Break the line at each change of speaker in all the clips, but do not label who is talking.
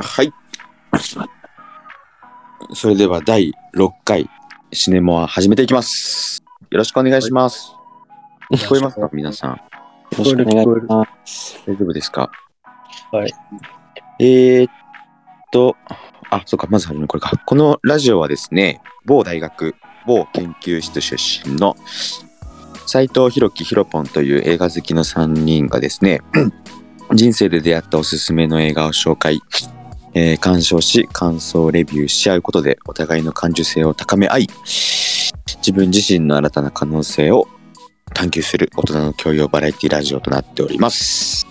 はい。それでは第6回シネモア始めていきます。よろしくお願いします。聞こえますか皆さん。
よろしくお願いします。
大丈夫ですか
はい。
えー、っと、あ、そうか、まずはじめこれか。このラジオはですね、某大学、某研究室出身の斎藤弘樹ひろぽんという映画好きの3人がですね、 人生で出会ったおすすめの映画を紹介、えー鑑賞し、感想をレビューし合うことで、お互いの感受性を高め合い、自分自身の新たな可能性を探求する大人の教養バラエティラジオとなっております。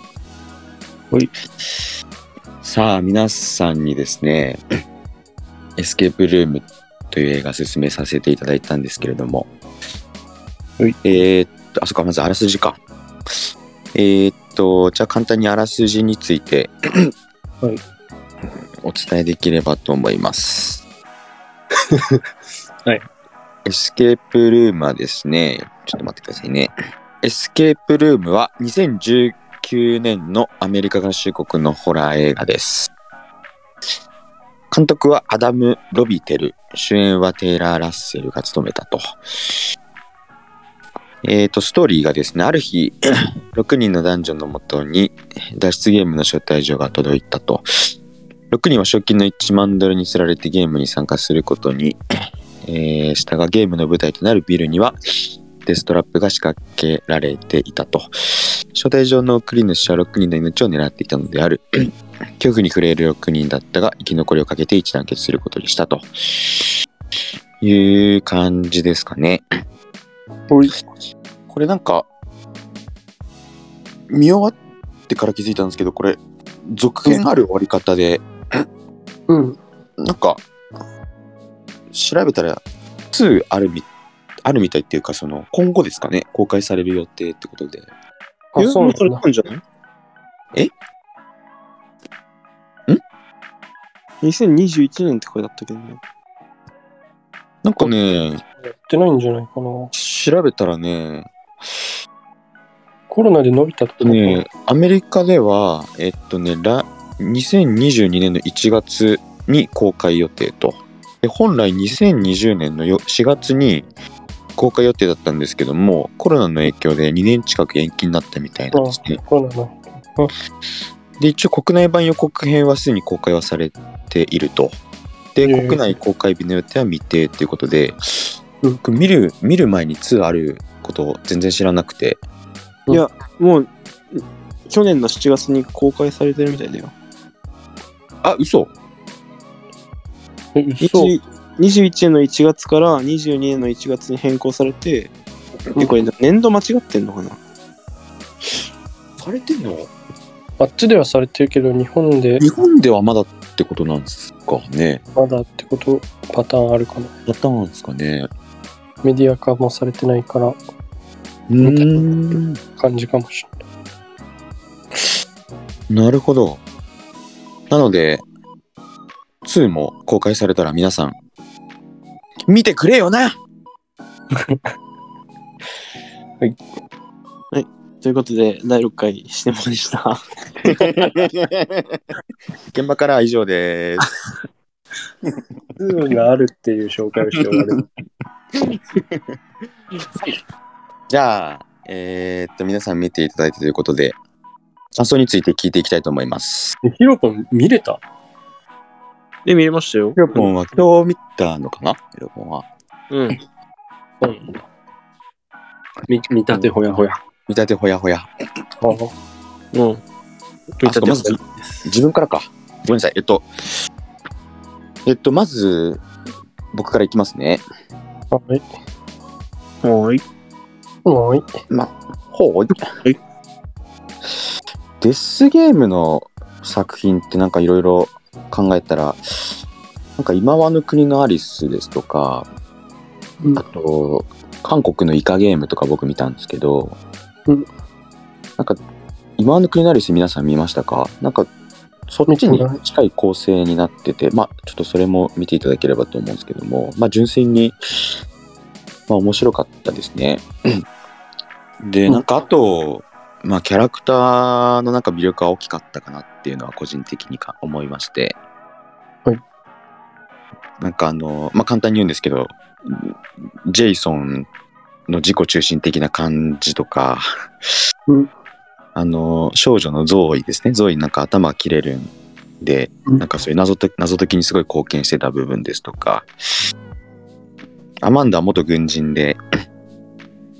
さあ皆さんにですね 「エスケープルーム」という映画勧めさせていただいたんですけれども
はい
えーっとあそっかまずあらすじかえーっとじゃあ簡単にあらすじについて
はい
お伝えできればと思います
はい
エスケープルームはですねちょっと待ってくださいねエスケープルームは2019 1999年のアメリカ合衆国のホラー映画です。監督はアダム・ロビテル、主演はテイラー・ラッセルが務めたと。えー、と、ストーリーがですね、ある日、6人の男女のもとに脱出ゲームの招待状が届いたと。6人は賞金の1万ドルに釣られてゲームに参加することに、えー、したがゲームの舞台となるビルにはデストラップが仕掛けられていたと。招待状の送り主は6人の命を狙っていたのである。恐怖に触れる6人だったが、生き残りをかけて一致団結することにしたと。いう感じですかね。
はい。
これなんか、見終わってから気づいたんですけど、これ、続編ある終わり方で、
うん。
なんか、調べたら、2あるみ、あるみたいっていうか、その、今後ですかね、公開される予定ってことで。
あ、そうなんだ。
たんじゃない
えん
?2021 年ってこれだったけどね。
なんかね、
やってないんじゃないかな。
調べたらね、
コロナで伸びたってこと
ねアメリカでは、えっとね、ら2022年の1月に公開予定と。で本来2020年のよ4月に公開予定だったんですけども、コロナの影響で2年近く延期になったみたいなんですね。
コロナの。
で、一応国内版予告編はすでに公開はされていると。で、
へー
国内公開日の予定は未定ということで、
うん
僕見る、見る前に2あることを全然知らなくて、
もう、去年の7月に公開されてるみたいだよ。
あ、嘘
え、嘘。
20 21年の1月から22年の1月に変更されて、えこれ年度間違ってんのかな
されてんの
あっちではされてるけど、日本で
日本ではまだってことなんですかね。
まだってこと、パターンあるかな。
やったんですかね。
メディア化もされてないから、
うーん。
感じか もしれない。
なるほど。なので、2も公開されたら皆さん、見てくれよ な
ということで、第6回シネマでした。
現場からは以上 です。
ズームがあるっていう紹介をして終わる。
じゃあ、えーっと、皆さん見ていただいたということで、感想について聞いていきたいと思います。
ヒロポン見れた
で、見れましたよ。
ヒロポンは今日見たのかなヒロポンは。
うん。
そうなんだ。
見見たてほやほや。
見たてほやほや。
ああ
うん。見たてほや
あそう自分からか。ごめんなさい。えっと、えっと、まず、僕からいきますね。
はい。
は
は
い。
い。
ほう。
い
デスゲームの作品ってなんかいろいろ考えたら、なんか今はの国のアリスですとか、
うん
あと、韓国のイカゲームとか僕見たんですけど、
うん
なんか今はの国のアリス皆さん見ましたかなんかそっちに近い構成になってて、まあちょっとそれも見ていただければと思うんですけども、まあ純粋に、まあ面白かったですね。で、なんかあと、まあ、キャラクターのなんか魅力は大きかったかなっていうのは個人的にか思いまして。
はい。
なんかあの、まあ、簡単に言うんですけど、ジェイソンの自己中心的な感じとか、
うん
あの、少女のゾーイですね。ゾーイなんか頭が切れるんで、
うん
なんかそういう謎と謎解きにすごい貢献してた部分ですとか、アマンダは元軍人で、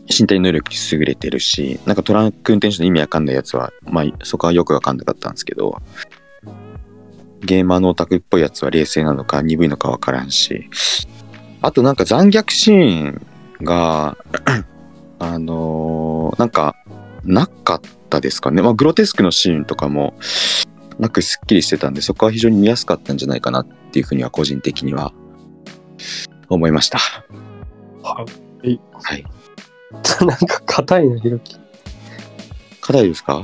身体能力に優れてるし、なんかトラック運転手の意味わかんないやつは、まあそこはよくわかんなかったんですけど、ゲーマーのオタクっぽいやつは冷静なのか鈍いのかわからんし、あとなんか残虐シーンが、 あのーなんか、なかったですかね。まあグロテスクのシーンとかも、なくすっきりしてたんで、そこは非常に見やすかったんじゃないかなっていうふうには個人的には思いました。
はい。
はい。
なんか硬いな、ひろき。
課題です か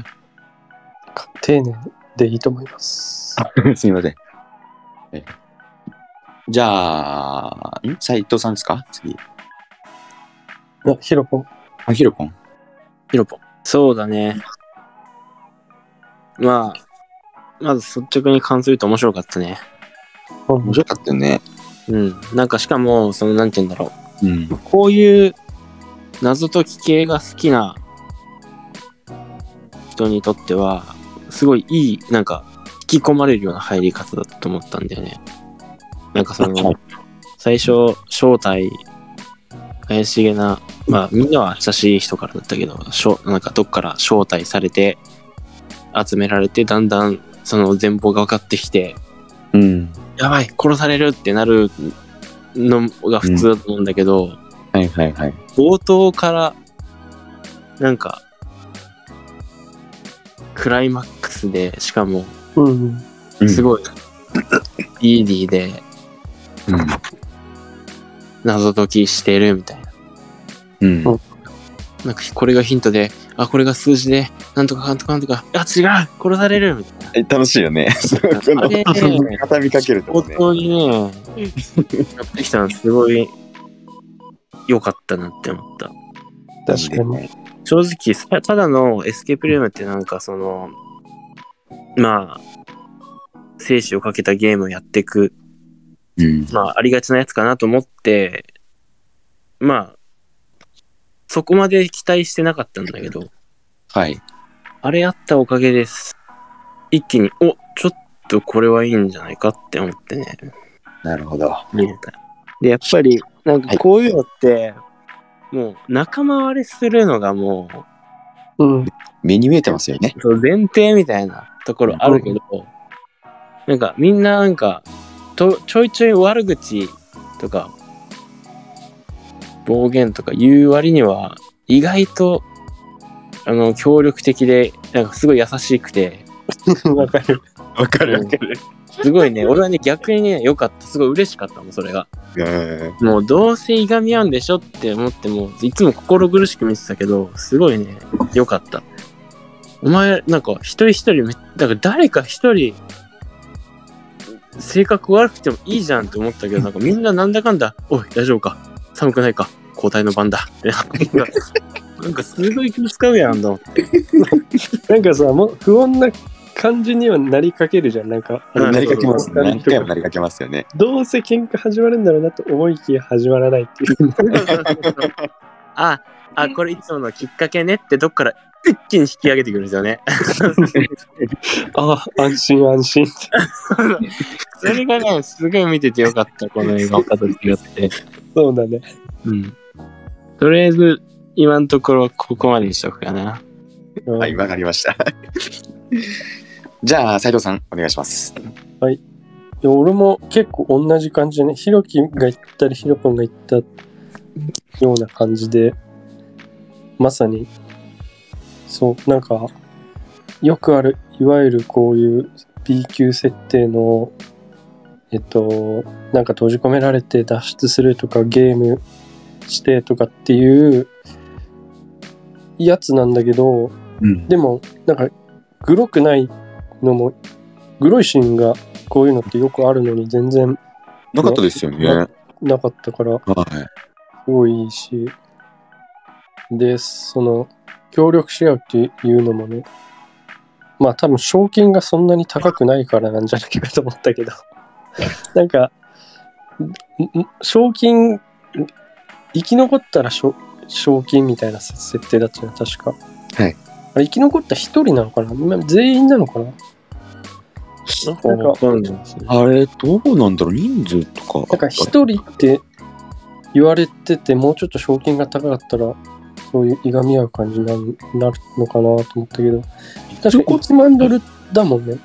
丁寧でいいと思います。
すみません。えじゃあ、ん斉藤さんですか次。
あ、ひろぽん。
あ、ヒロポン。
ヒロポ。そうだね。まあ、まず率直に感想言うと面白かったね。
面白かったよね。
うん。なんかしかも、その、なんて言うんだろ
うん。
う。こういう謎解き系が好きな人にとっては、すごいいい、なんか、引き込まれるような入り方だと思ったんだよね。なんかその、最初、正体、怪しげな、まあみんなは親しい人からだったけど、しょなんかどっから招待されて、集められて、だんだんその全貌が分かってきて、
うん。
やばい殺されるってなるのが普通だと思うんだけど、
はいはいはい。
冒頭からなんかクライマックスでしかも
うん。
す
い。
ごいイーディーで謎解きしてるみたいな
うん。うん。
なんかこれがヒントであこれが数字でなんとかかんとかなんとかあ違う殺されるみたいな
え楽しいよね。 その
あれ
畳みかけるとこ
本
ね。
当にねやってきたのすごい良かったなって思った
確かに。
に。
正直さただのエスケープルームってなんかそのまあ生死をかけたゲームをやっていく、
うん。
まあ、ありがちなやつかなと思ってまあそこまで期待してなかったんだけど
はい。
あれやったおかげです一気におちょっとこれはいいんじゃないかって思ってね
なるほど。
見れたでやっぱりなんかこういうのって、もう仲間割れするのがもう
うん。
目に見えてますよね。
そう前提みたいなところあるけど、なんかみんななんかとちょいちょい悪口とか暴言とか言う割には意外とあの協力的でなんかすごい優しくて
わかる。
わか
るわかすごいね俺はね逆にね良かったすごい嬉しかったもんそれが
うん。
もうどうせいがみ合うんでしょって思ってもいつも心苦しく見てたけどすごいね良かったお前なんか一人一人めなんか誰か一人性格悪くてもいいじゃんって思ったけどなんかみんななんだかんだ「おい大丈夫か寒くないか交代の番だ」ってなんかなんかすごい気使うやんと思って
なんかさ、もう不穏な感じにはなりかけるじゃん。なんか、
うん
なりかけますね。
な
何
りかけ
回
ま
も
す
なりかけますよね。
どうせ喧嘩始まるんだろうなと思いきや始まらないって いう。
ああこれいつものきっかけねってどっから一気に引き上げてくるんですよね
ああ、安心安心って。
それがね、すごい見ててよかった、この映画と違って。
そうだね。
うん。とりあえず、今のところここまでにしとくかな。
うん
はい、わかりました。 じゃあ、斉藤さん、お願いします。
いや俺も結構同じ感じでね、ひろきが言ったり、ひろぽんが言ったような感じで、まさに、そう、なんか、よくある、いわゆるこういう B 級設定の、えっと、なんか閉じ込められて脱出するとか、ゲームしてとかっていうやつなんだけど、
うん。
でもなんかグロくないのもグロいシーンがこういうのってよくあるのに全然
なかったですよね。
な
は
なかったからす
い。
ごいいいしでその協力し合うっていうのもね、まあ多分賞金がそんなに高くないからなんじゃないかと思ったけど、 なんか、んん賞金、ん生き残ったら賞賞金みたいな設設定だったよね、確か。
はい。
あれ生き残った一人なのかなま全員なのかななんか
わかんないですね。
あれ、どうなんだろう人数とか。
なんか一人って言われてて、もうちょっと賞金が高かったら、そういういがみ合う感じになるなるのかなと思ったけど、確か1万ドルだもんね。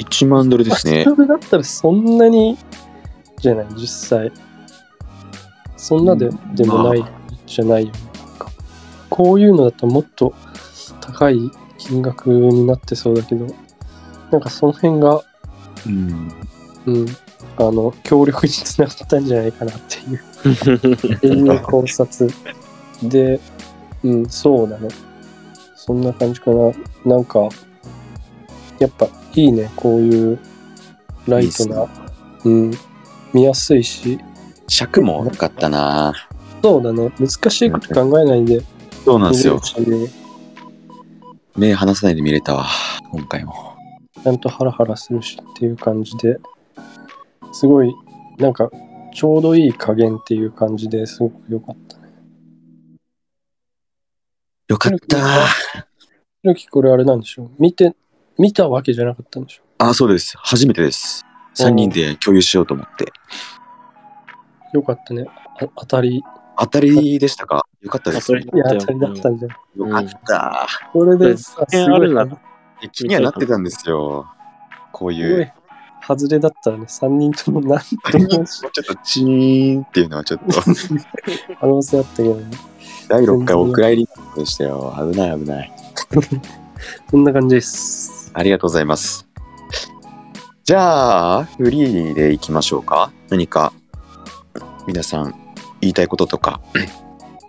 1万ドルですね
1。万ドルだったらそんなにじゃない、実際。そんなで,、
うん
でもない
ま
じゃないよね。なんかこういうのだともっと高い金額になってそうだけど、なんかその辺が、
うん。
うん、あの、協力につながったんじゃないかなっていう。っていう考察で、うん、そうだね。そんな感じかな。なんか、やっぱいいね、こういうライト
いい
な
っ。
うん、見やすいし、
尺も多かったな
そうだね、難しいこと考えないで
そうなん
見
です
れる
よ。
しね、
目離さないで見れたわ。今回も。
ちゃんとハラハラするしっていう感じですごい、なんか、ちょうどいい加減っていう感じですごく良かったね。
よかった。
ひろきこれあれなんでしょう見て、見たわけじゃなかったんでしょ
あ、そうです。初めてです。
お
3
ー
人で共有しようと思って。
よかったね。あ当たり
当たりでしたかよかったです、ね。
いや、当たりだったんじゃん。
よかった。
これで、
で
さ
えあるな
す
え気にはなってたんですよ。こうい。、
ごいう外れだったらね、3人ともなん
あ
と
れもちょ
も
っとチーンっていうのはちょっと
可能性あったけどね。
第6回お蔵入りでしたよ。危ない危ない。
こんな感じです。
ありがとうございます。じゃあ、フリーでいきましょうか。何か、皆さん言いたいこととか。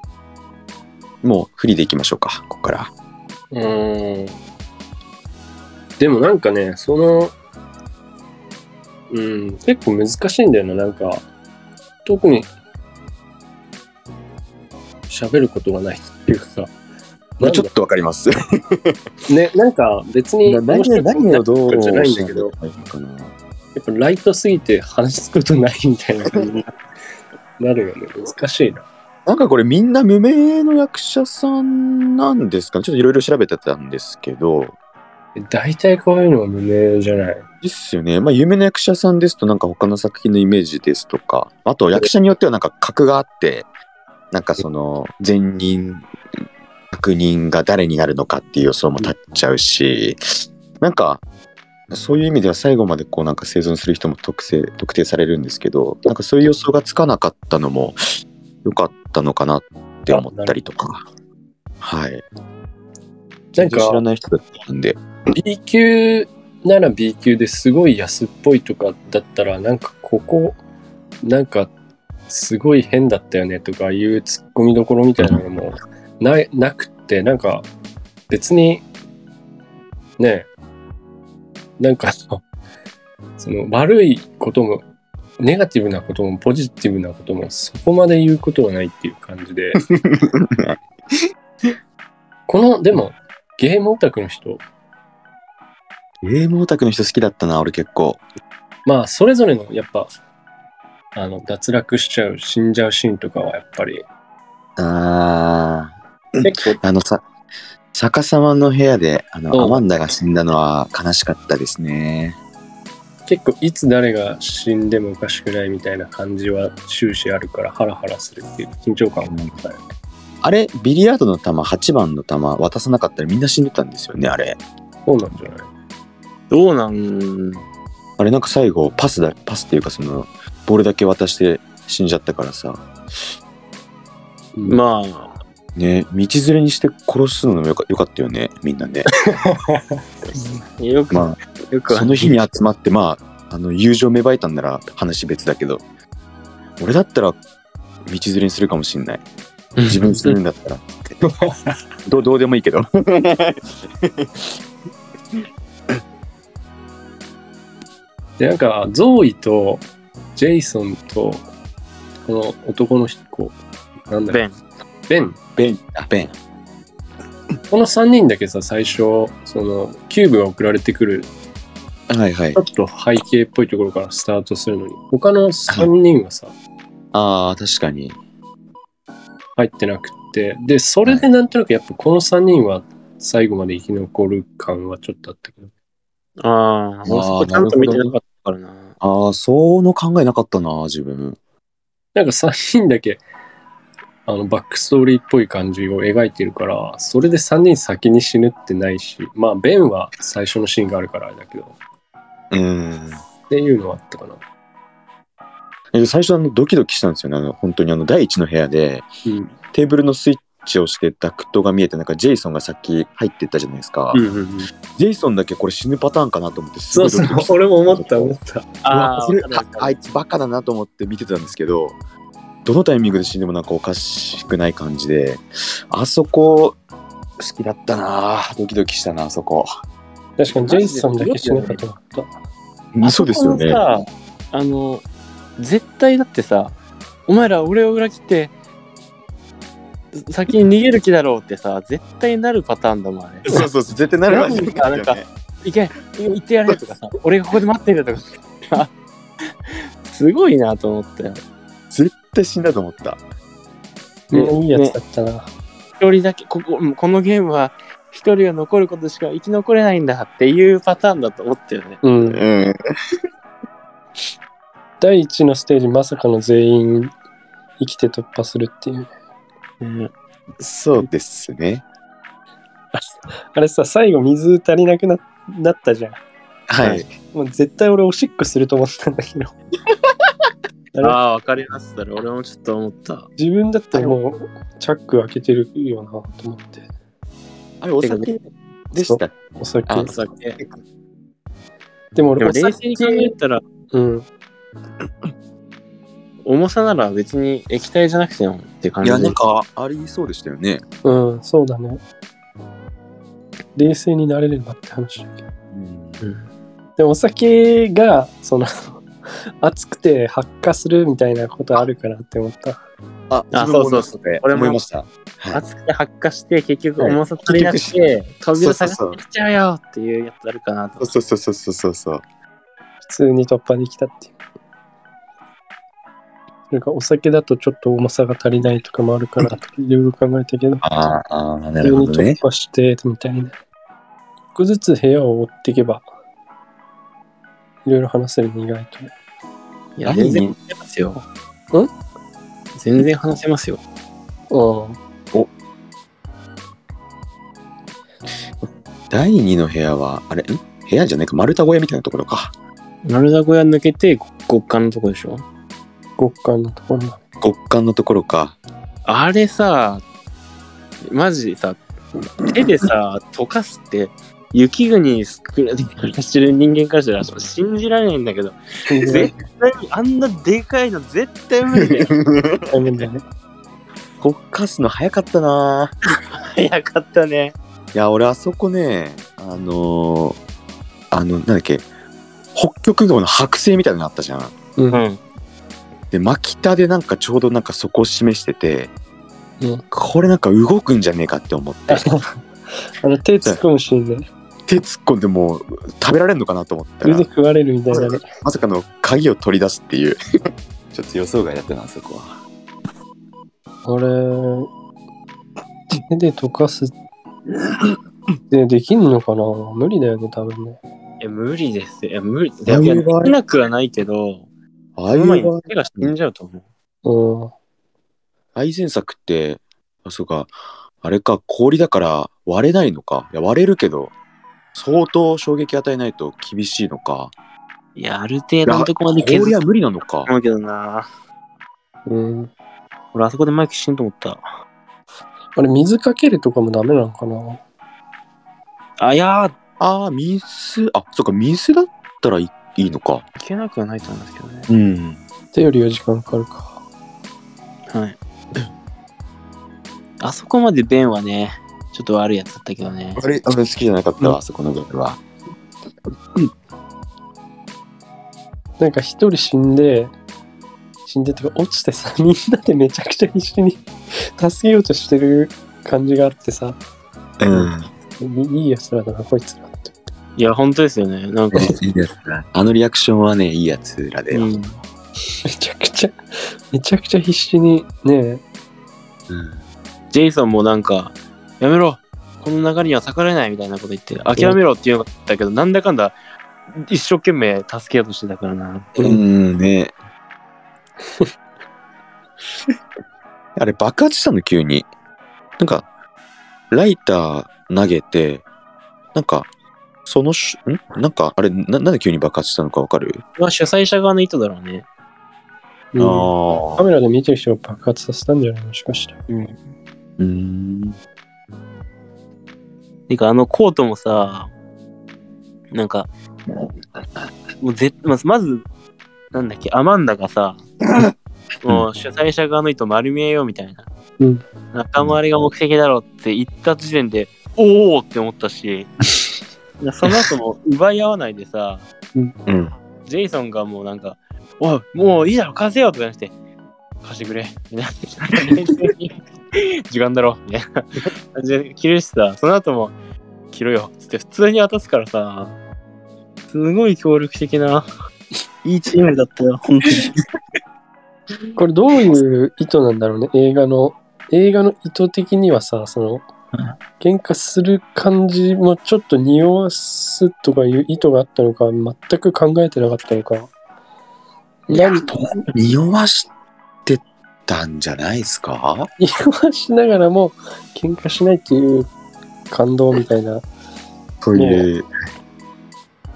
もうフリーでいきましょうか。ここから。
うーん。でもなんかね、その、うん、結構難しいんだよな、なんか、特に、喋ることがないっていうかさ、
ま
な
あ
ん
ち
だ
ょっとわかります。
ね、なんか別に、
何
面白
を
いこと
何をど
なん
う
かじゃないんだ
し
け
な
ど
き、ゃいけないのかな。
やっぱライトすぎて話すことないみたいな感じになるよね。難しいな。
なんかこれみんな無名の役者さんなんですかねちょっといろいろ調べてたんですけど、
大体こういうのは無名じゃない。
ですよね。まあ有名な役者さんですとなんか他の作品のイメージですとか、あと役者によってはなんか格があって、なんかその前任、役人が誰になるのかっていう予想も立っちゃうし、なんかそういう意味では最後までこうなんか生存する人も特性特定されるんですけど、なんかそういう予想がつかなかったのも良かったのかなって思ったりとか。はい。
なん
全然知ら
か、
ない人だったんで。
B 級なら B 級ですごい安っぽいとかだったら、なんかここ、なんかすごい変だったよねとかいうツッコミどころみたいなのもないなくって、なんか別に、ねえ、なんかその悪いことも、ネガティブなこともポジティブなこともそこまで言うことはないっていう感じで。この、でも、ゲームオタクの人、
ゲームオタクの人好きだったな、俺結構。
まあそれぞれのやっぱあの脱落しちゃう死んじゃうシーンとかはやっぱり
あ
結
ー、
構
あのさ、逆さまの部屋で、あ
そう
の、アマンダが死んだのは悲しかったですね。
結構いつ誰が死んでもおかしくないみたいな感じは終始あるからハラハラするっていう緊張感もあったよね
あれ、ビリヤードの玉、8番の玉渡さなかったらみんな死んでたんですよね、あれ。
そうなんじゃないどうなん
あれ、なんか最後、パスだ、パスっていうかその、ボールだけ渡して死んじゃったからさ、
まあ
ね、道連れにして殺すのもよかよかったよね、みんなね。
よく、
ま
よく
あ、その日に集まって、まあ、あの、友情芽生えたんなら話別だけど、俺だったら、道連れにするかもしんない。自分するんだ ったらってどうどうでもいいけど
でなんかゾーイとジェイソンとこの男の人こうなんだろう
ベン。
ベン
ベンあベン
この3人だけさ、最初、その、キューブが送られてくる、
はいはい
ちょ。っと背景っぽいところからスタートするのに、他の3人はさ、
ああ、確かに。
入ってなくて、で、それでなんとなくやっぱこの3人は最後まで生き残る感はちょっとあったけど、
ああ、そこちゃんと見てなかったからな。
ああ、その考えなかったな、自分。
なんか3人だけ、あの、バックストーリーっぽい感じを描いてるから、それで3人先に死ぬってないし、まあ、ベンは最初のシーンがあるからあれだけど、っ
うん。
ていうのはあったかな。
え最初あのドキドキしたんですよねあの本当にあの第一の部屋で
うん。
テーブルのスイッチをしてダクトが見えてなんかジェイソンが先入ってったじゃないですか、
うんうんうん。
ジェイソンだけこれ死ぬパターンかなと思ってす
そ
ご
う
いド
そ
キ
う
ドキし、
俺も思った思った。
うわこれ
わかるわ
ああ
かる
いつバカだなと思って見てたんですけどどのタイミングで死んでもなんかおかしくない感じであそこ好きだったなドキドキしたなあそこ
確かにジェイソンだけ死ぬかと思った。
そうですよね
このさあの、絶対だってさ、お前ら俺を裏切って、先に逃げる気だろうってさ、絶対なるパターンだもん、あれ。
そうそうそう絶対なるわけない
なん
よ
か
ね
いけ、行ってやれとかさ、俺がここで待ってるとかさ、 すごいなと思ったよ。
絶対死んだと思った
ね
ね、いいやつだったな。
一人だけ、ここ、このゲームは、一人が残ることしか生き残れないんだっていうパターンだと思ったよね。
うん。
うん
第一のステージ、まさかの全員生きて突破するっていう。
うん、
そうですね
あれさ、最後水足りなくななったじゃん。
は
はいい
もう絶対俺おしっこすると思ったんだけど。
ああ、わかります。それ俺もちょっと思った。
自分だったらもうチャック開けてるよなと思って。
あれお酒でしたっけ
お酒。
あ
お酒。
でも俺
でも
お酒
冷静に考えたら、
うん。
重さなら別に液体じゃなくてもって感
い
じ
や
で
なんかありそうでしたよね
うん、そうだね。冷静になれればって話だけど。
うん
でもお酒が、その、 熱くて発火するみたいなことあるかなって思った。
あ、
あ
自分も
そ
思
う
い
そう
ました
俺も
思いました。
熱くて発火して結局
はい
重さ足りなく
結局
て扉
そう
探
そうそう
してきちゃうよっていうやつあるかなと
そうそうそうそうそうそう。
普通に突破できたっていう。それかお酒だとちょっと重さが足りないとかもあるからとかいろいろ考えたけど、
あーあー、な
普通に突。破してみたいな。一個ずつ部屋を追っていけば、いろいろ話せるね意外と。
いや
何
全然話せますよ
ん
全然話せますよ
うん。
第二の部屋は、あれ、ん部屋じゃないか、丸太小屋みたいなところか。
丸田小屋抜けてご極寒のとこでしょ
極寒のところまで
極寒のところか。
あれさマジさ手でさ溶かすって雪国で暮らしてる人間からしたら信じられないんだけど絶対にあんなでかいの絶対無理だよ
大変だね。
極寒すの早かったなぁ。
早かったね
いや、俺、あそこね、あのー、あの、なんだっけ、北極熊の剥製みたいなのあったじゃん。
うん。
うん
で、巻き田でなんかちょうどなんかそこを示してて、
うん
これなんか動くんじゃねえかって思って、
あの手突っ込むシーンで、
手突っ込んでもう食べられるのかなと思ったら
腕、食われるみたいなね。
まさかの鍵を取り出すっていう。ちょっと予想外だったな、あそこは。
あれ、手で溶かすでできんのかな無理だよね、多分ね。
いや、無理ですよ。いや、無理。い
ああ
や、
いう
いやで
場合
きなくはないけど、
ああ
そ
い
の前
う
に
場
手が死んじゃうと思う。
うん。
最善作って、あ、そうか、あれか、氷だから割れないのか。いや、割れるけど、相当衝撃与えないと厳しいのか。
いや、ある程度のとこまで削
氷
る
は無理なのか
と。思うけどな。
うん、
俺、あそこでマイク死ぬと思った。
あれ、水かけるとかもダメなのかな
あ、いやー、い
ああ、水、あ、そうか、水だったらいいいのか。
けなくはないと思うんですけどね。
うん。
手よりは時間かかるか。
はい。あそこまでベンはね、ちょっと悪いやつだったけどね。
あれ、あの好きじゃなかった
うん
わ、あそこのゲームは。
なんか一人死んで、死んでとか落ちてさ、 みんなでめちゃくちゃ一緒に助けようとしてる感じがあってさ、
うん。
いいいやつらだな、こいつらって。
いや、本当ですよね。なんか、
いいやつだあのリアクションはね、いいやつらで。
う
うん
ん。
めちゃくちゃ、めちゃくちゃ必死にね、
ジェイソンもなんか、やめろこの流れには逆らえないみたいなこと言って、諦めろって言うんだけど、なんだかんだ、一生懸命助けようとしてたからな。
う
うん
ん、 ねあれ、爆発したの、急に。なんか、ライター投げて、なんか、そのし、んなんか、あれな、なんで急に爆発したのかわかる、
まあ、主催者側の意図だろうね。
うん
あ
カ。メラで見てる人を爆発させたんじゃないもしかして。
うん。
うん。
てか、あのコートもさ、なんか、もうぜまず、まず、なんだっけ、アマンダがさ、もう主催者側の意図丸見えようみたいな。
うん
仲間割れが目的だろうって言った時点で、おおって思った し、その後も奪い合わないでさ、
うん。
ジェイソンがもうなんか、おい、もういいだろ、貸せよとかじゃなくて、貸してくれ。 みたいな時間だろ、みたいな感じで着るしさ、その後も、着ろよ、つって普通に渡すからさ、すごい協力的な、いいチームだったよ、本当に。
これどういう意図なんだろうね、映画の。映画の意図的にはさ、その
うん、
喧嘩する感じもちょっと匂わすとかいう意図があったのか、全く考えてなかったのか。何
匂わしてたんじゃないですか
言わしながらも喧嘩しないっていう感動みたいな
そういう。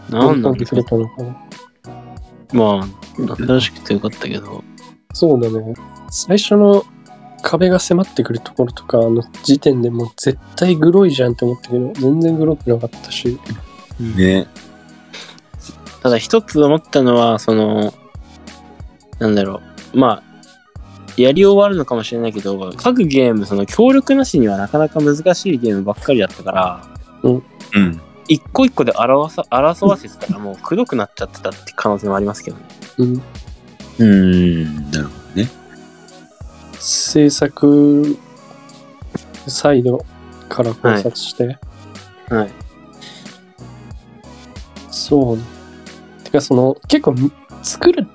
なんなん
で
だ
くれたのかな
まあ、新しくてよかったけど。
そうだね最初の壁が迫ってくるところとかの時点でもう絶対グロいじゃんって思ったけど全然グロくなかったし
ね。
ただ一つ思ったのは、その、なんだろう。まあ、やり終わるのかもしれないけど、各ゲーム、その協力なしにはなかなか難しいゲームばっかりだったから、
うん。
一個一個で表さ争わせてたらもうくどくなっちゃってたって可能性もありますけどね。
うん
うん。なるほどね。
制作サイドから考察して、
はい。
そうねてかその結構み作る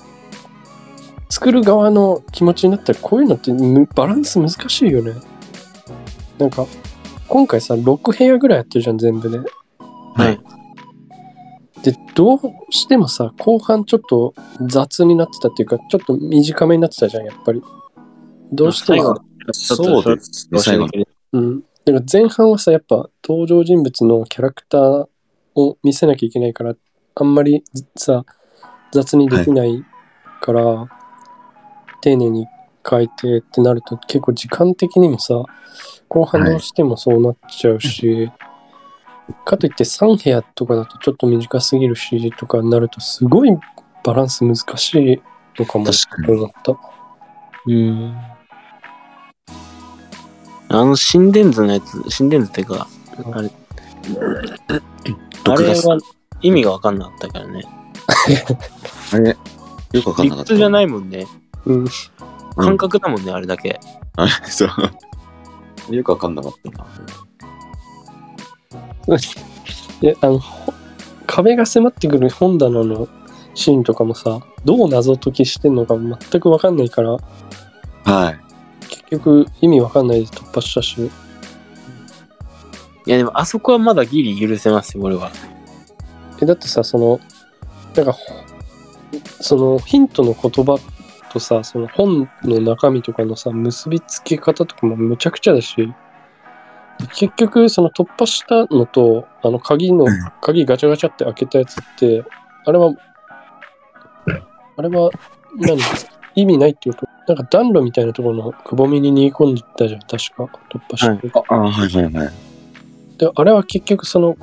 作る側の気持ちになったらこういうのってむバランス難しいよねなんか今回さ6部屋ぐらいやってるじゃん全部で
はい。
でどうしてもさ後半ちょっと雑になってたっていうかちょっと短めになってたじゃんやっぱりどうして
最後
も
の、ちょっと
そうですね、最後の。
うん、だから前半はさやっぱ登場人物のキャラクターを見せなきゃいけないからあんまりずさ雑にできないから、丁寧に書いてってなると結構時間的にもさ後半どうしてもそうなっちゃうし、かといって3部屋とかだとちょっと短すぎるしとかになるとすごいバランス難しいのかもって
確かに
思った。
うん。あの、心電図のやつ、心電図っていうか、あれ、あ
毒
れ
ガス
は意味が分かんなかったからね。
あれ、よくわかん
理
なかった。
屈じゃないもんね。
うん
うん
感覚だもんね、あれだけ。
あれ、そう。よくわかんなかったな。
であのほ壁が迫ってくる本棚のシーンとかもさどう謎解きしてんのか全く分かんないから
はい。
結局意味分かんないで突破したし
いや、でも、あそこはまだギリ許せますよ、俺は。
えだってさそのなんかほそのヒントの言葉とさその本の中身とかのさ結びつけ方とかもむちゃくちゃだし結局その突破したのとあの鍵の
うん
鍵ガチャガチャって開けたやつってあれはあれは何意味ないっていうとなんか暖炉みたいなところのくぼみに逃げ込んでたじゃん確か突破して、
はい
あ、はいはいはい。
であれは結局その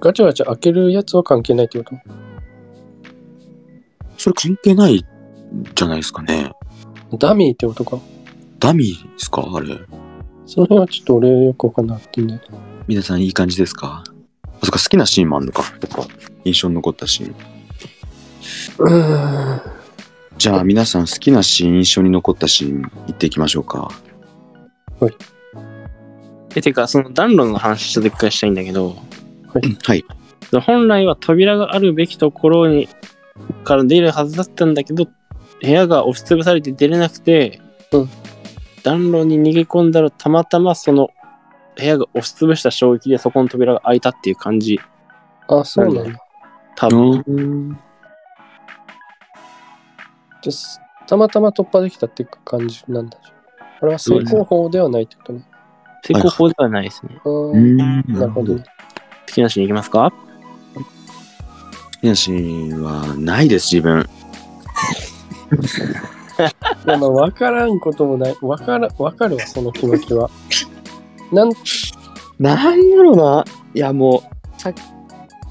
ガチャガチャ開けるやつは関係ないってこと
それ関係ないじゃないですかね。
ダミーってことか
ダミーですかあれ。
その辺はちょっと俺よくわかんなかったんで。
皆さんいい感じですかあ、そっか、好きなシーンもあんのか。印象に残ったシーン。
うん。
じゃあ皆さん好きなシーン、印象に残ったシーン、言っていきましょうか。
はい。
え、てか、その暖炉の話ちょっと一回したいんだけど、
はい。
本来は扉があるべきところにから出るはずだったんだけど部屋が押しつぶされて出れなくて、
うん
暖炉に逃げ込んだらたまたまその部屋が押しつぶした衝撃でそこの扉が開いたっていう感じ
あ、そうなんだ。
多分、
じゃあたまたま突破できたって感じなんだじゃあこれは成功法ではないってことね。
成功法ではないですね。
う
う
ーん。
ん
なるほど。ね。
好きなシーンいきますか
好きなシーンはないです、自分。
いやまあ分からんこともない。分から分かるわ、その気持ちは。なん
なんやろな。いや、もう、さっ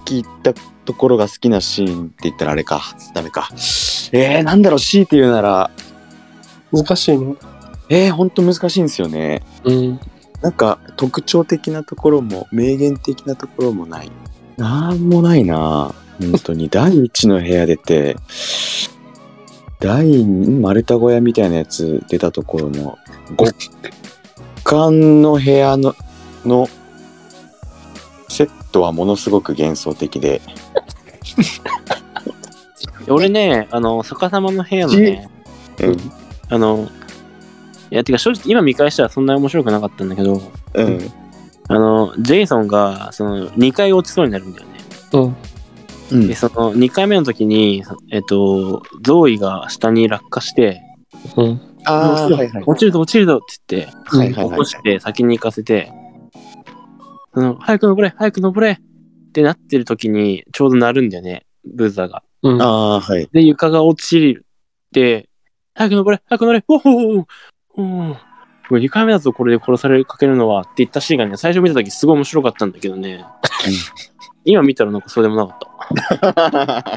き言ったところが好きなシーンって言ったらあれか。ダメか。えー、なんだろう、強いて言うなら、
難しいね。
えー、ほんと難しいんですよね。
うん。
なんか、特徴的なところも、名言的なところもない。なんもないな。本当に。 第一の部屋出て、第二丸太小屋みたいなやつ出たところの、極寒の部屋の、の、セットはものすごく幻想的で、
俺ね、あの、逆さまの部屋のね、
うん、
あの、いや、てか正直今見返したらそんなに面白くなかったんだけど、
うん、
あの、ジェイソンがその2回落ちそうになるんだよね。
うん。
うん
で、その2回目の時に、そえっと、ゾーイが下に落下して、
うん。
あー
落ちる
はいはい
落ちるぞ、落ちるぞって言って、
はいはい
起
はい
こして先に行かせて、その、早く登れ、早く登れってなってる時に、ちょうど鳴るんだよね、ブーザーが。
うん。
あー はい
で、床が落ちるって、早く登れ、早く登れ、おおおおおおこれ2回目だぞ、これで殺されかけるのはって言ったシーンがね、最初見た時すごい面白かったんだけどね、今見たらなんかそうでもなかった。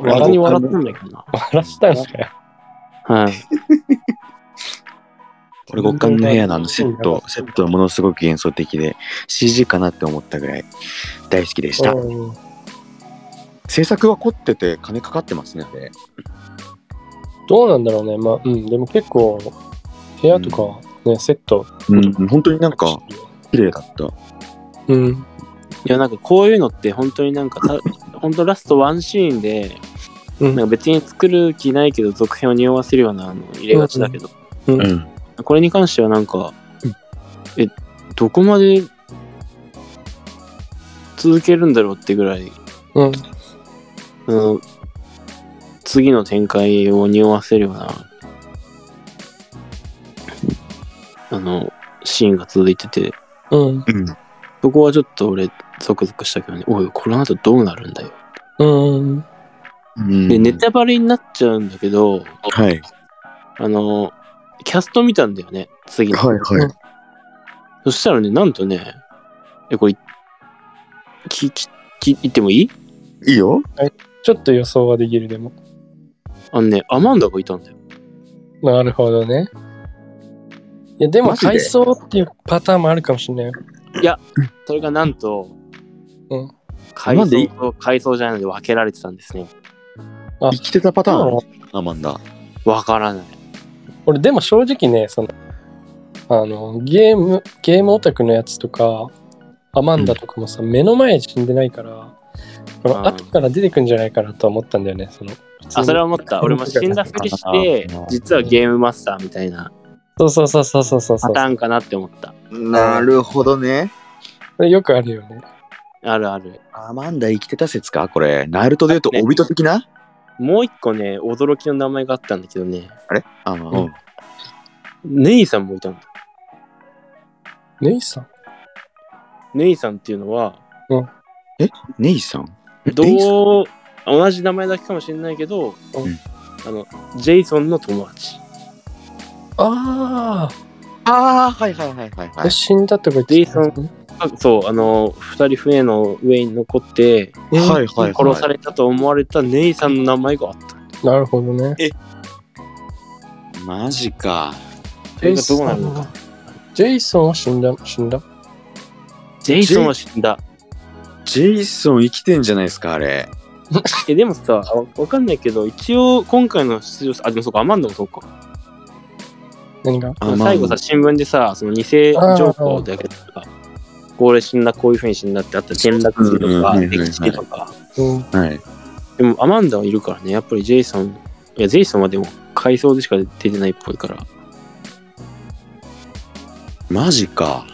笑う
逆に笑ったんだけどな。
笑ったんすかよ。
はい。
これ極寒の部屋のあのセット、セットはものすごく幻想的で、CG かなって思ったぐらい大好きでした。
うん
制作は凝ってて金かかってますね。あれ
どうなんだろうね。まあ、うん。でも結構、部屋とか、ね、セット。
うん、本当になんか綺麗だった。
うん。
いやなんかこういうのって本当になんかた本当ラストワンシーンで
う
なん
ん。
か別に作る気ないけど続編を匂わせるようなあの入れがちだけど、
うん
ん。
これに関してはなんか、
うん
えどこまで続けるんだろうってぐらい
うん。
あの次の展開を匂わせるようなあのシーンが続いてて
うん。
うん。
そこはちょっと俺ゾクゾクしたけどねおいこの後どうなるんだよ
うん。
うん
で、ネタバレになっちゃうんだけど、
はい。
あの、キャスト見たんだよね、次の。
はいはい。
そしたらね、なんとね、え、これ、き、き、き言ってもいい
いいよ。
ちょっと予想はできるでも。
あのね、アマンダがいたんだよ。
なるほどね。いや、でも、
マジで
配送っていうパターンもあるかもしれないよ。
それがなんと、
うん
階
なんで
層と階層じゃないので分けられてたんですね。
生きてたパターン
うん
アマンダ。
わからない。
俺、でも正直ね、その、あの、ゲーム、ゲームオタクのやつとか、アマンダとかもさ、目の前で死んでないから、こ
う
の
ん
後から出てくんじゃないかなとは思ったんだよね、その。
あ、それは思 った。俺も死んだふりして
あー、
実はゲームマスターみたいな
そうそうそうそうそうそうそ
パ
う
ターンかなって思った。
なるほどね。
これよくあるよね。
あるある。
アマンダ生きてた説かこれ。ナルトで言うとオビト的な
もう一個ね、驚きの名前があったんだけどね、
あれあの、うん
ネイさんもいたんだ。
ネイさん
ネイさんっていうのは、
ネイさんネイさん
どう同じ名前だけかもしれないけど、
ん
あのジェイソンの友達
あ
ああ、はいはいはいはい
あ、
はい。
死んだってこと言ってたやつね
あそうあの2人船の上に残って
えー
はいはい
殺されたと思われたネイさんの名前があった、
なるほどね。
マジか。
それがどうなるのか
ジェイソンは死んだ死んだ
ジェイソンは死んだ
ジェイソン生きてんじゃないですか、あれ。
えでもさわわかんないけど一応今回の出場者あでもそうかアマンダもそうか
何が
あまあ
最後さ、新聞でさ、その偽情報だけとか、これ死んだ、こういうふうに死んだってあった転落死とか、
うんうんうんうん
歴史とか。
うん。
はい。
でも、アマンダはいるからね、やっぱりジェイソン、いや、ジェイソンはでも、回想でしか出てないっぽいから、
マジか。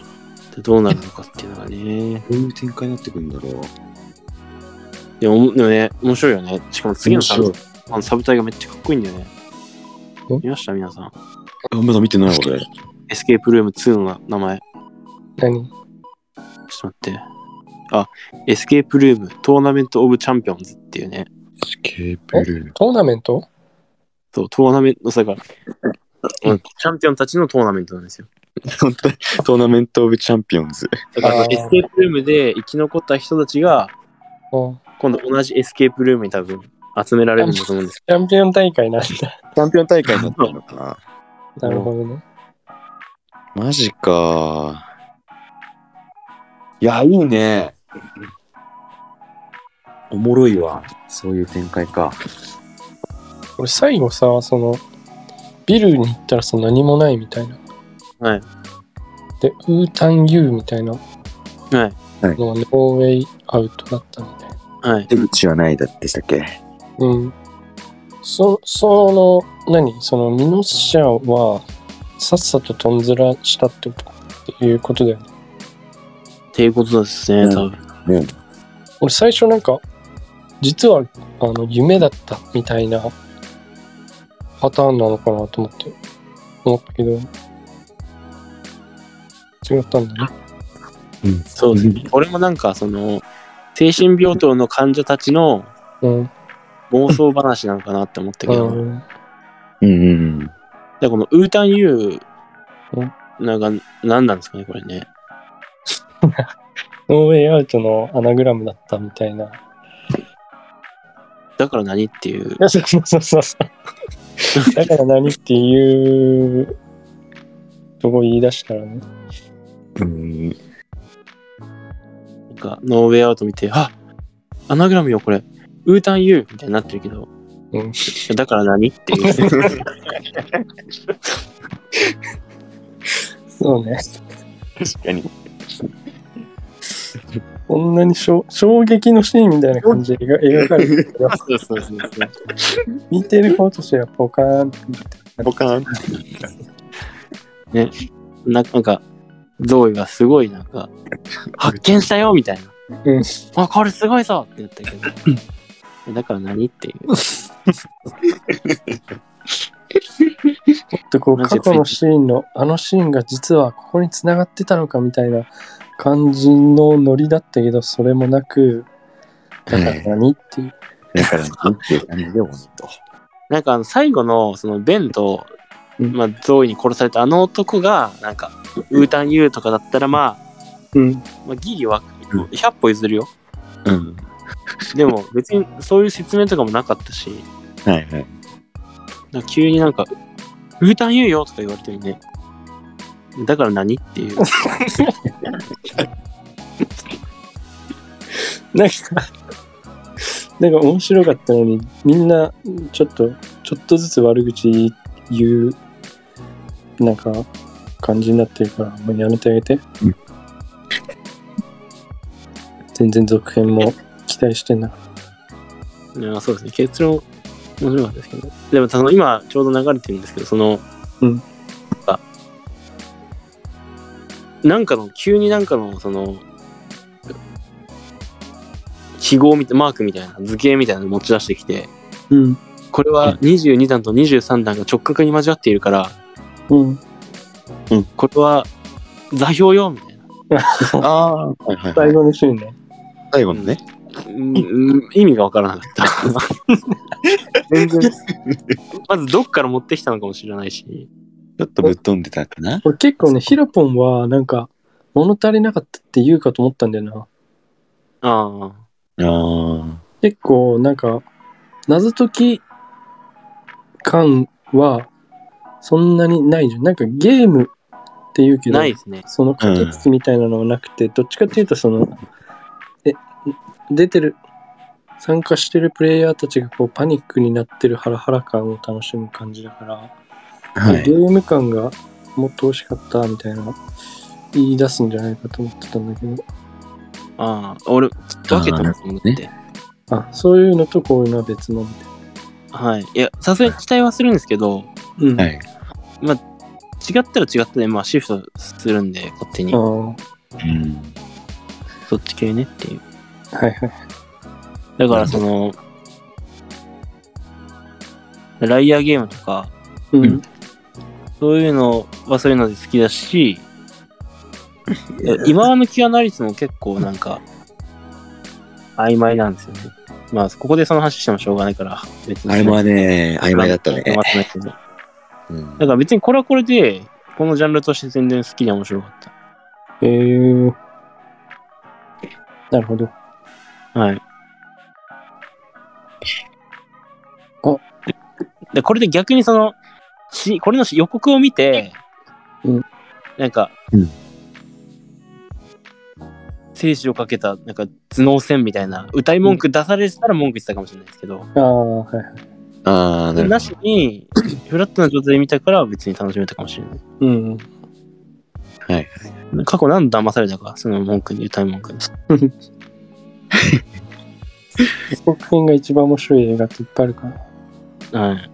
どうなるのかっていうのがね。
どういう展開になってくんだろう。
でも、でもね、面白いよね。しかも次のサ
面
ブあのサブタイがめっちゃかっこいいんだよね。
え
見ました皆さん。
あまだ見てない俺。
エスケープルーム2の名前。
何
ちょっと待って。あ、エスケープルーム、トーナメント・オブ・チャンピオンズっていうね。
スケープルーム。
トーナメント
そう、トーナメント、だから、うんチャンピオンたちのトーナメントなんですよ。
本当にトーナメント・オブ・チャンピオンズ。
だから、
あー
エスケープルームで生き残った人たちが、
うん。
今度同じエスケープルームに多分集められるんだと思うんです
チャンピオン大会なんだ。
チャンピオン大会になってるのか
なるほどね。
な。マジか。いや、いいね。おもろいわ。そういう展開か。
俺最後さ、その、ビルに行ったらさ、何もないみたいな。
はい。
で、ウータンユーみたいなの
けど。はい。
はノーウェイアウトだったみたいな。
はい。
出口はないだでしたっけ
うん。そ、その、何その、ミノシアは、さっさとトンズラしたってことっていうことだよね。
っていうことですね、多分。
俺最初なんか、実は、あの、夢だったみたいなパターンなのかなと思って、思ったけど、違ったんだね。
うん。
そうですね。俺もなんか、その、精神病棟の患者たちの
うん。
妄想話なのかなって思ったけど、
うん
うんうん。
でこのウータンユ
うん
ーなんか何なんですかねこれね
ノーウェイアウトのアナグラムだったみたいな。
だから何っていう
そうそうそうそう。だから何っていうとこ言い出したらね。
うん、
なんかノーウェイアウト見てあアナグラムよこれウータンユーみたいになってるけど、
うん
だから何っていう
そうね。
確かに。
こんなにしょ衝撃のシーンみたいな感じで描描かれてる けど、
そうそうそうそう
見てる方としてはポカーンって
ボカーン。
ななんかゾーイがすごいなんか発見したよみたいな、
うん
あこれすごいぞって言ったけ どだから何っていう
ちょっとこう
マジ
過
でつい
去のシーンのあのシーンが実はここに繋がってたのかみたいな感じのノリだったけどそれもなくだから何っていう、
だから、なんていう感じで、ほんと。
なんかあの最後のそのベンと、
うん
まあ、ゾーイに殺されたあの男がなんかウータンユーとかだったらま
うん
あ、まあ、ギリは
うん
100歩譲るよ
うん。
でも別にそういう説明とかもなかったし
はいはい。
なんか急になんか「ウータンユーよ」とか言われてるねだから何っていう
なんかなんか面白かったのにみんなちょっとちょっとずつ悪口言うなんか感じになってるからもうやめてあげて、
うん
全然続編も期待してんな
うんそうですね結論面白かったですけどでもその今ちょうど流れてるんですけどその、
うん
あなんかの急になんかのその記号みたいマークみたいな図形みたいなの持ち出してきて
うん
これは22段と23段が直角に交わっているから
うん
これは座標よみたいな
ああ、はいはい、は
最
い。
後のシーンね
最後のね。
うんうん意味がわからなかった 全然まずどっから持ってきたのかもしれないし
ちょっとぶっ飛んでたかな。
俺結構ねヒロポンはなんか物足りなかったって言うかと思ったんだよな
ああ
ああ。
結構なんか謎解き感はそんなにないじゃんなんかゲームっていうけど
ないですね
その駆け引きみたいなのはなくて、どっちかっていうとそのえ出てる参加してるプレイヤーたちがこうパニックになってるハラハラ感を楽しむ感じだから
はい
ゲ。ーム感がもっと欲しかったみたいな言い出すんじゃないかと思ってたんだけど、
ああ、俺、分けたのと思って。
な
あ、そういうのとこういうのは別のみたい
はい。いや、さすがに期待はするんですけど、
な。うん。
はい。
違ったら違ったで、まあシフトするんで、勝手に
あ。あ、は
うん。
そっち系ねっていう。
いはい。
だから、その、ライアーゲームとか、
うん。
うん
そういうのはそういうので好きだし、今のキアナリスも結構なんか、曖昧なんですよね。まあ、ここでその話してもしょうがないから、別
あれもね、曖昧だったね。
まとめてね
うん
だから別にこれはこれで、このジャンルとして全然好きで面白かっ
えー。なるほど。
た。はい。
お
で、これで逆にその、しこれの予告を見て、
うん
なんか、
うん
生死をかけた、なんか頭脳戦みたいな、歌い文句出されてたら文句言ってたかもしれないですけど、
ああ、はいはい。
ああ、なるほど。
なしに、フラットな状態で見たから別に楽しめたかもしれない。
うん。
はい。
過去何度騙されたか、その文句に、歌い文句に。
作品が一番面白い映画っていっぱいあ るから。
はい。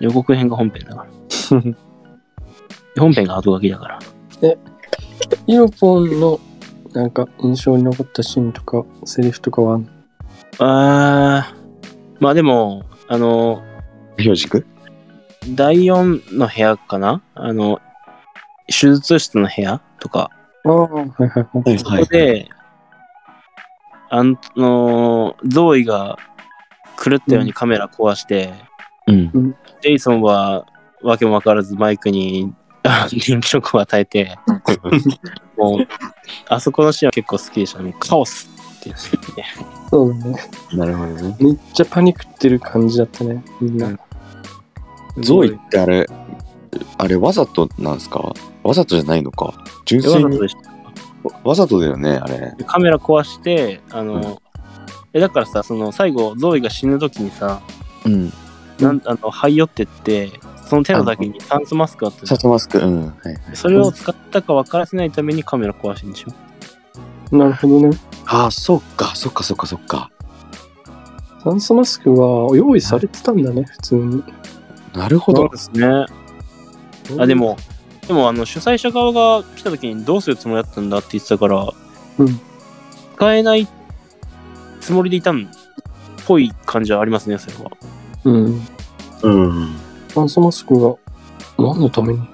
予告編が本編だから。本編が後書きだから。
イロポンのなんか印象に残ったシーンとかセリフとかはあんの
あー、まあでも、あの、
表軸
第4の部屋かなあの、手術室の部屋とか、
ああ、はいはいは
は
い。
い
そこで、あんあの、ゾーイが狂ったようにカメラ壊して、
うん。
ジェイソンはわけもわからずマイクにあ電気ショックを与えて、 もう、あそこのシーンは結構好きでしたね。カオスっていうシーンね
そうだね。
なるほどね。
めっちゃパニックってる感じだったね、みんな。
ゾイってあれ、あれわざとなんですかわざとじゃないのか純
わ
粋
ざ
に
とでし
わざとだよね、あれ。
たカメラ壊して、あの、えだからさ、その最後、ゾーイが死ぬ時にさ、
うん。
なんあの、はいよってって、その手の先に酸素マスクあったじ
サ
ゃ
トマスク、うん。はいはい。
ん。それを使ったか分からせないためにカメラ壊してんでしょ。
なるほどね。
ああ、そっか、そっか、そっか、そっか。
酸素マスクは用意されてたんだね、普通に。
なるほど。
ですね。あ、で。も、でも、あの、主催者側が来た時にどうするつもりだったんだって言ってたから、
うん
使えないつもりでいたんっぽい感じはありますね、それは。
うん。
うん。
酸素マスクが何のためにって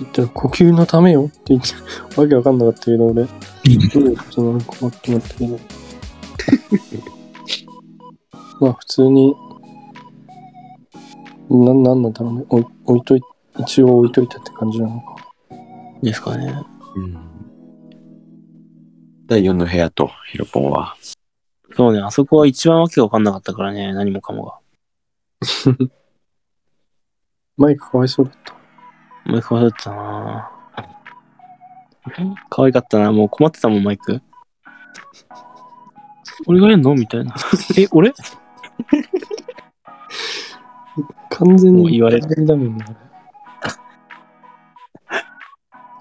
言ったら呼吸のためよって言って、わ けわかんなかったけど俺。どういうことなのかなって思ったけど。 まあ普通に、な、なんなんだろうね。おい置いとい、一応置いといたって感じなのか。
ですかね。
第4の部屋と、ヒロポンは。
そうね、あそこは一番わけわかんなかったからね、何もかもが。
マイクかわいそうだった。
マイクわざったなぁ可愛かったなもう困ってたもん、マイク。俺がやんのみたいな。 え、俺
完全
もう
に
言われる
ダメになる。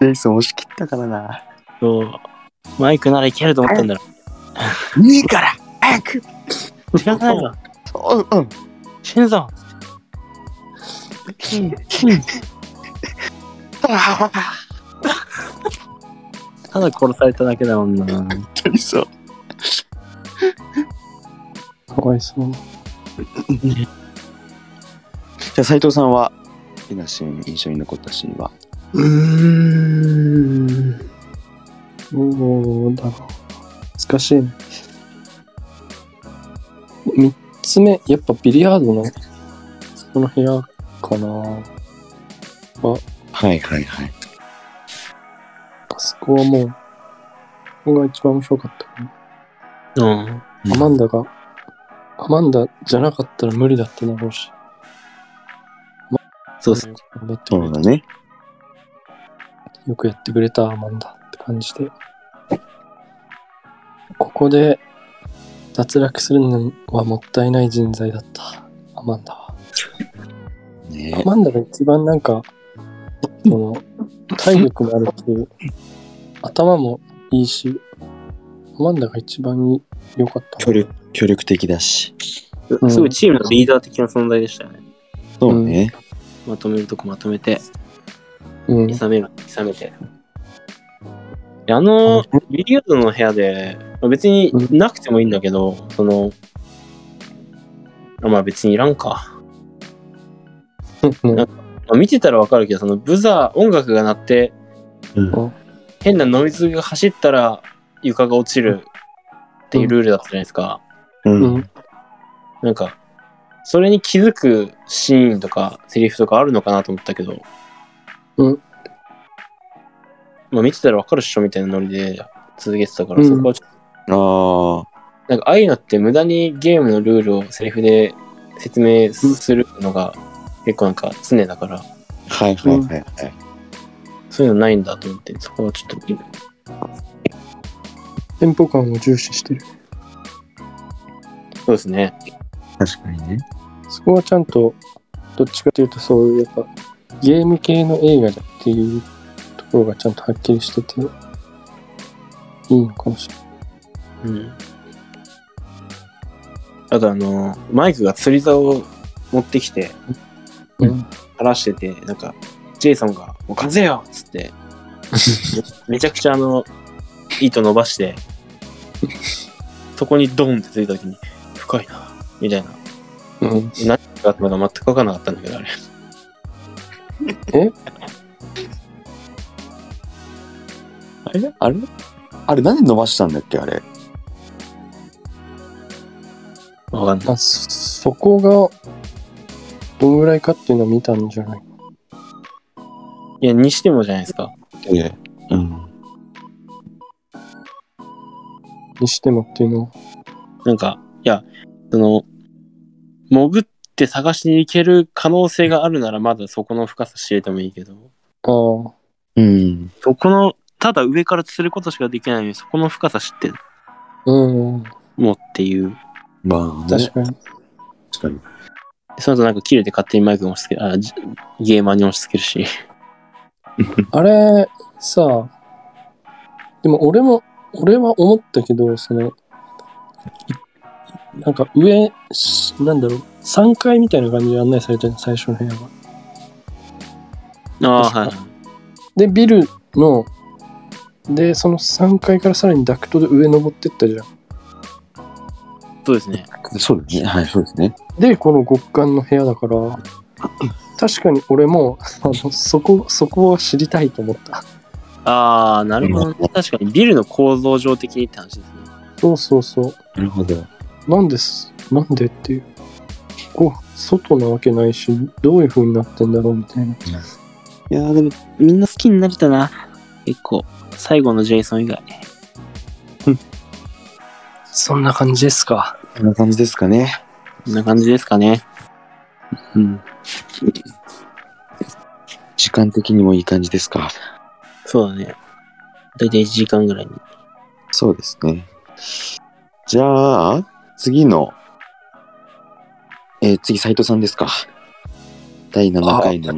ジェイソン押し切ったからな。
そう。マイクならいけると思ったんだろ。
いいから早く
知らないわ。
うんうん。
死ぬぞただ殺されただけだもんな
ジェイソン。
かわいそう。
じゃあ、斎藤さんは、好きなシーン、印象に残ったシーンは
うーん。どうだろう。難しいね。三つ目、やっぱビリヤードの、この部屋かな。
はいはいはい。
あそこはもう、ここが一番面白かったかな。
うん。
うん
アマンダが、アマンダじゃなかったら無理だっただろうし。
そうっす。
頑張って
そうだね。
よくやってくれた、アマンダって感じで。ここで脱落するのはもったいない人材だった、アマンダは。
ね
マンダが一番なんか、その、体力もあるし、頭もいいし、マンダが一番良かった。
協力協力的だし。
うん
すごいチームのリーダー的な存在でしたよね。
そうね。
まとめるとこまとめて、
うん
い。さめる、いさめて。であの、ビリヤードの部屋で、まあ別になくてもいいんだけど、その、あまあ別にいらんか。
うん
まあ見てたらわかるけど、そのブザー、音楽が鳴って、
うん
変なノイズが走ったら床が落ちるっていうルールだったじゃないですか。
うん
うん。
なんか、それに気づくシーンとか、セリフとかあるのかなと思ったけど、
うん。
まあ見てたらわかるっしょみたいなノリで続けてたから、
うん
そこはちょっと、
ああ。
なんかああいうのって無駄にゲームのルールをセリフで説明するのが結構なんか常だから、
はいはいはいはい。
そういうのないんだと思って、そこはちょっと、
テンポ感を重視してる。
そうですね。
確かにね。
そこはちゃんと、どっちかというとそういう、やっぱ、ゲーム系の映画だっていうところがちゃんとはっきりしてて、いいのかもしれない。
うん。あとあの、マイクが釣り竿を持ってきて、
うん。
垂らしてて、なんか、ジェイソンが、もう風よっつ って、めめちゃくちゃあの、糸伸ばして、そこにドンってついた時に、深いな、みたいな。
うん。
何があったのか全く分かんなかったんだけど、あれ。
え
あれあれあれ何で伸ばしたんだっけあれ。
わかんない。
あ、そそこが、どんぐらいかっていうのを見たんじゃない
いや、にしてもじゃないですか。
えうん。
にしてもっていうのは。
なんか、いや、その、潜って探しに行ける可能性があるなら、まだそこの深さ知れてもいいけど、
ああ、
うん。
そこの、ただ上から釣ることしかできないのに、そこの深さ知って
うん、
もうっていう。
まあ、
確かに。
確かに。
その後なんか切れて勝手にマイクに押し付け、あ、じゲーマーに押し付けるし。
あれ、さあ、でも俺も、俺は思ったけど、その、なんか上、しなんだろう、3階みたいな感じで案内されてるの、最初の部屋が。
あ
あーはいで、ビルの、で、その3階からさらにダクトで上登ってったじゃん。
そうですね。
そうですね。はい、そうですね。
で、この極寒の部屋だから、確かに俺も、あのそこ、そこは知りたいと思った。
ああ、なるほど、ね。確かにビルの構造上的にって話ですね。
そうそうそう。
なるほど。
なんですなんでっていう。ここ、外なわけないし、どういう風になってんだろうみたいな。
いやーでもみんな好きになれたな。結構。最後のジェイソン以外。
そんな感じですか。
こんな感じですかね。
こんな感じですかね。
うん。時間的にもいい感じですか。
そうだね。だいたい1時間ぐらいに。
そうですね。じゃあ、次の、えー次、斉藤さんですか。第7回の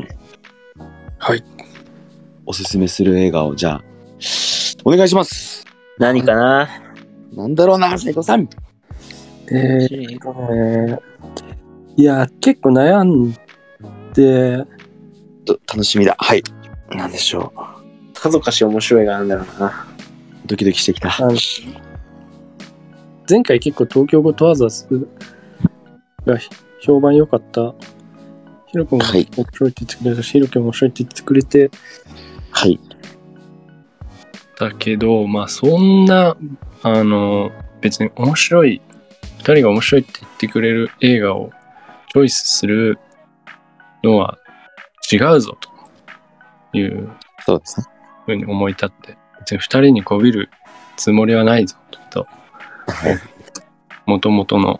はい。
おすすめする映画を、じゃあ、お願いします。
何かな
なんだろうな、斉藤さん。
えー、とね、いや、結構悩んで、
と楽しみだ。はい。なんでしょう。
さぞかし面白いがあるんだろうな。
ドキドキしてきた。
あの前回結構東京語問わずが評判良かった。ヒロ君が
はい
面白いって言ってくれたし、ヒロ君も面白いって言ってくれて、
はい。
だけど、まあそんな、あの、別に面白い、2人が面白いって言ってくれる映画をチョイスするのは違うぞという
そうですね。
ふうに思い立って、別に2人にこびるつもりはないぞと、もともとの、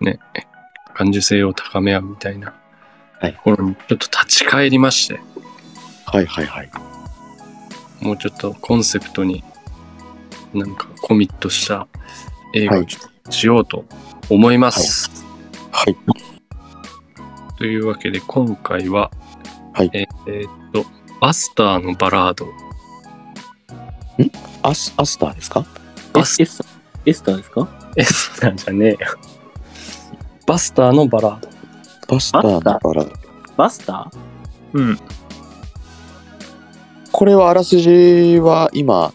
ね、感受性を高め合うみたいな
はい
ところにちょっと立ち返りまして、
はいはいはい。
もうちょっとコンセプトになんかコミットした映画
は
を
い
しようと思います。
はい。
というわけで、今回は、
はい
えーえーっと、バスターのバラード。
アスアスターですか
バス
エスターエスターですか
え、そうなんじゃねえよ。
バスターのバラード。
バスターのバラード
バスター
うん。
これはあらすじは今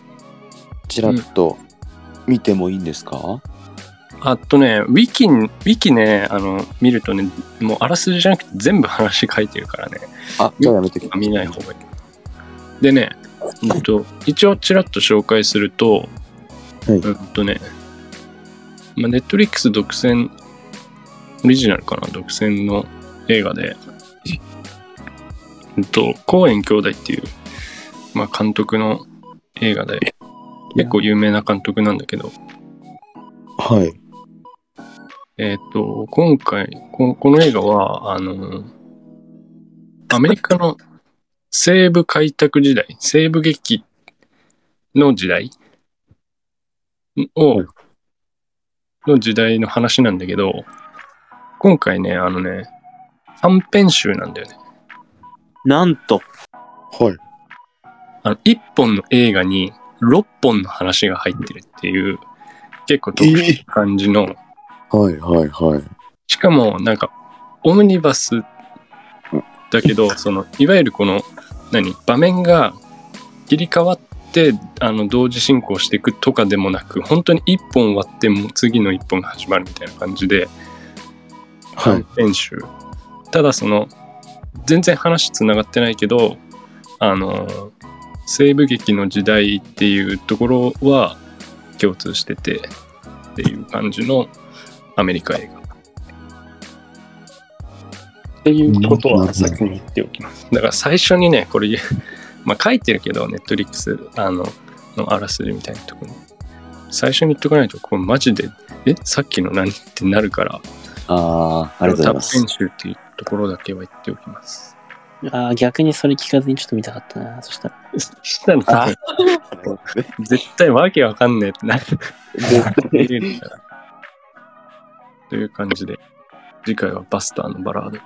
ちらっと見てもいいんですか、
あとね、ウィキ、ウィキね、あの、見るとね、もうあらすじじゃなくて全部話書いてるからね、
あじゃあやめてくださ
見ない方がいい。でね、うんと、一応ちらっと紹介すると、
はい
うんとね、まあ、ネットリックス独占、オリジナルかな、独占の映画で、うんと、コーエン兄弟っていう、まあ、監督の映画で、結構有名な監督なんだけど、
はい
えっ、と、今回、ここの映画は、あの、アメリカの西部開拓時代、西部劇の時代を、の時代の話なんだけど、今回ね、あのね、短編集なんだよね。
なんと、
はい
あの、1本の映画に6本の話が入ってるっていう、結構特殊な感じの、
はいはいはい
しかもなんかオムニバスだけどそのいわゆるこの何場面が切り替わってあの同時進行していくとかでもなく本当に一本割ってもう次の一本が始まるみたいな感じで
はい
編集、ただその全然話つながってないけどあの西部劇の時代っていうところは共通しててっていう感じのアメリカ映画っていうこと
なるほ
は
ど
先に言っておきますだから最初にねこれ言うまあ書いてるけどネットリックスあののあらすじみたいなところに最初に言っとかないとこれマジでえさっきの何ってなるから
ああありがとうございます
短編集っていうところだけは言っておきます。
あー逆にそれ聞かずにちょっと見たかったな。そしたら。
したら、絶対わけわかんねえってなる。絶対。という感じで、次回はバスターのバラード。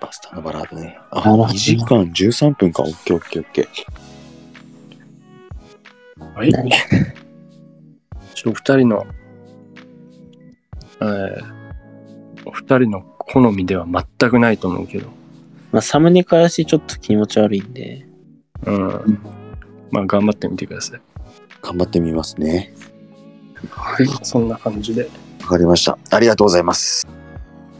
バスターのバラードねあ
なるほど
2時間13分かオッケーオッケーオッケー
はい
何
ちょっと二人の、えーお二人の好みでは全くないと思うけど、
まあ、サムネからしてちょっと気持ち悪いんで。
うん。まあ、頑張ってみてください。
頑張ってみますね
はい。そんな感じで。
わかりましたありがとうございます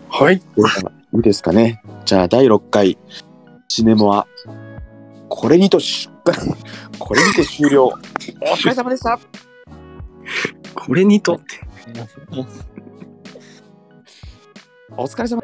はい。
いいですかね。じゃあ、第6回、シネモは、これにとし、 これにて終了。 お疲れ様でした。
これにとって。
お疲れ様。